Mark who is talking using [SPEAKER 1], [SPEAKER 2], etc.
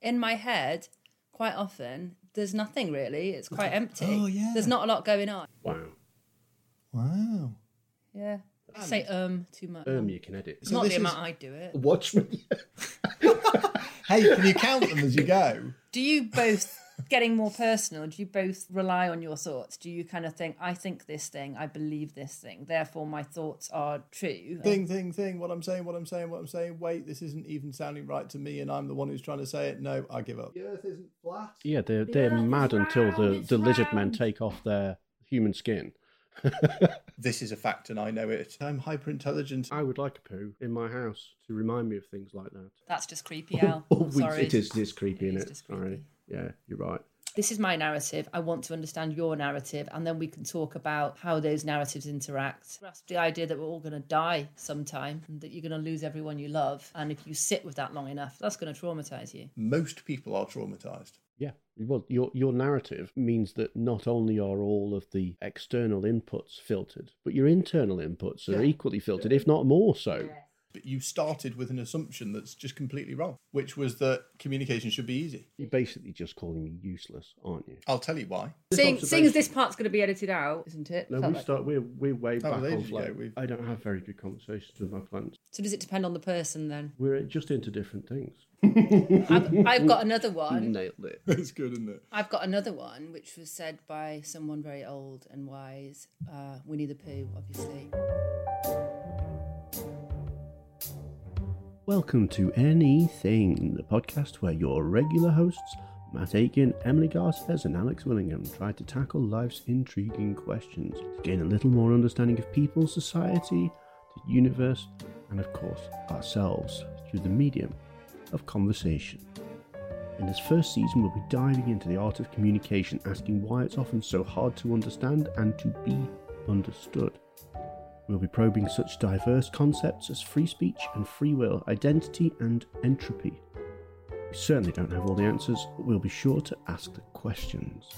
[SPEAKER 1] in my head, quite often, there's nothing really. It's quite empty.
[SPEAKER 2] Oh, yeah.
[SPEAKER 1] There's not a lot going on.
[SPEAKER 3] Wow.
[SPEAKER 2] Wow.
[SPEAKER 1] Yeah. I say um too much.
[SPEAKER 3] Um, you can edit.
[SPEAKER 1] It's
[SPEAKER 2] Uh, So
[SPEAKER 1] not
[SPEAKER 2] this
[SPEAKER 1] the amount
[SPEAKER 2] is-
[SPEAKER 1] I do it.
[SPEAKER 3] Watchmen.
[SPEAKER 2] Hey, can you count them as you go?
[SPEAKER 1] Do you both, getting more personal, do you both rely on your thoughts? Do you kind of think, I think this thing, I believe this thing, therefore my thoughts are true?
[SPEAKER 2] Thing, thing, thing. What I'm saying, what I'm saying, what I'm saying. Wait, this isn't even sounding right to me, and I'm the one who's trying to say it. No, I give up. The Earth isn't flat.
[SPEAKER 3] Yeah, they're they're
[SPEAKER 1] Earth is
[SPEAKER 3] mad until the
[SPEAKER 1] round,
[SPEAKER 3] the
[SPEAKER 1] it's
[SPEAKER 3] lizard men
[SPEAKER 1] round.
[SPEAKER 3] take off their human skin.
[SPEAKER 2] This is a fact, and I know it. I'm hyper intelligent.
[SPEAKER 3] I would like a poo in my house to remind me of things like that. Oh,
[SPEAKER 1] That's just creepy,
[SPEAKER 2] Oh,
[SPEAKER 1] Al. I'm
[SPEAKER 3] We-
[SPEAKER 1] sorry.
[SPEAKER 3] It is it is
[SPEAKER 1] It
[SPEAKER 3] creepy, isn't
[SPEAKER 1] is
[SPEAKER 3] it?
[SPEAKER 1] just
[SPEAKER 3] Sorry.
[SPEAKER 1] creepy.
[SPEAKER 3] Yeah, you're right.
[SPEAKER 1] This is my narrative. I want to understand your narrative, and then we can talk about how those narratives interact. Grasp the idea that we're all going to die sometime, and that you're going to lose everyone you love. And if you sit with that long enough, that's going to traumatize you.
[SPEAKER 2] Most people are traumatized.
[SPEAKER 3] Yeah. Well, your your narrative means that not only are all of the external inputs filtered, but your internal inputs are
[SPEAKER 2] Yeah.
[SPEAKER 3] equally filtered, if not more so.
[SPEAKER 2] But you started with an assumption that's just completely wrong, which was that communication should be easy.
[SPEAKER 3] You're basically just calling me useless, aren't you?
[SPEAKER 2] I'll tell you why.
[SPEAKER 1] Seeing,
[SPEAKER 3] observation-
[SPEAKER 1] seeing as this part's going to be edited out, isn't it?
[SPEAKER 3] No,
[SPEAKER 1] Felt
[SPEAKER 3] we
[SPEAKER 1] like-
[SPEAKER 3] start. We're we're way
[SPEAKER 2] That
[SPEAKER 3] back
[SPEAKER 2] was
[SPEAKER 3] on.
[SPEAKER 2] ages
[SPEAKER 3] like,
[SPEAKER 2] ago, we've-
[SPEAKER 3] I don't have very good conversations with my plants.
[SPEAKER 1] So does it depend on the person then?
[SPEAKER 3] We're just into different things.
[SPEAKER 1] I've, I've got another one.
[SPEAKER 3] Nailed it.
[SPEAKER 2] That's good, isn't it?
[SPEAKER 1] I've got another one, which was said by someone very old and wise, uh, Winnie the Pooh, obviously.
[SPEAKER 3] Welcome to Anything, the podcast where your regular hosts, Matt Aiken, Emily Garces, and Alex Willingham, try to tackle life's intriguing questions to gain a little more understanding of people, society, the universe, and of course, ourselves through the medium of conversation. In this first season, we'll be diving into the art of communication, asking why it's often so hard to understand and to be understood. We'll be probing such diverse concepts as free speech and free will, identity and entropy. We certainly don't have all the answers, but we'll be sure to ask the questions.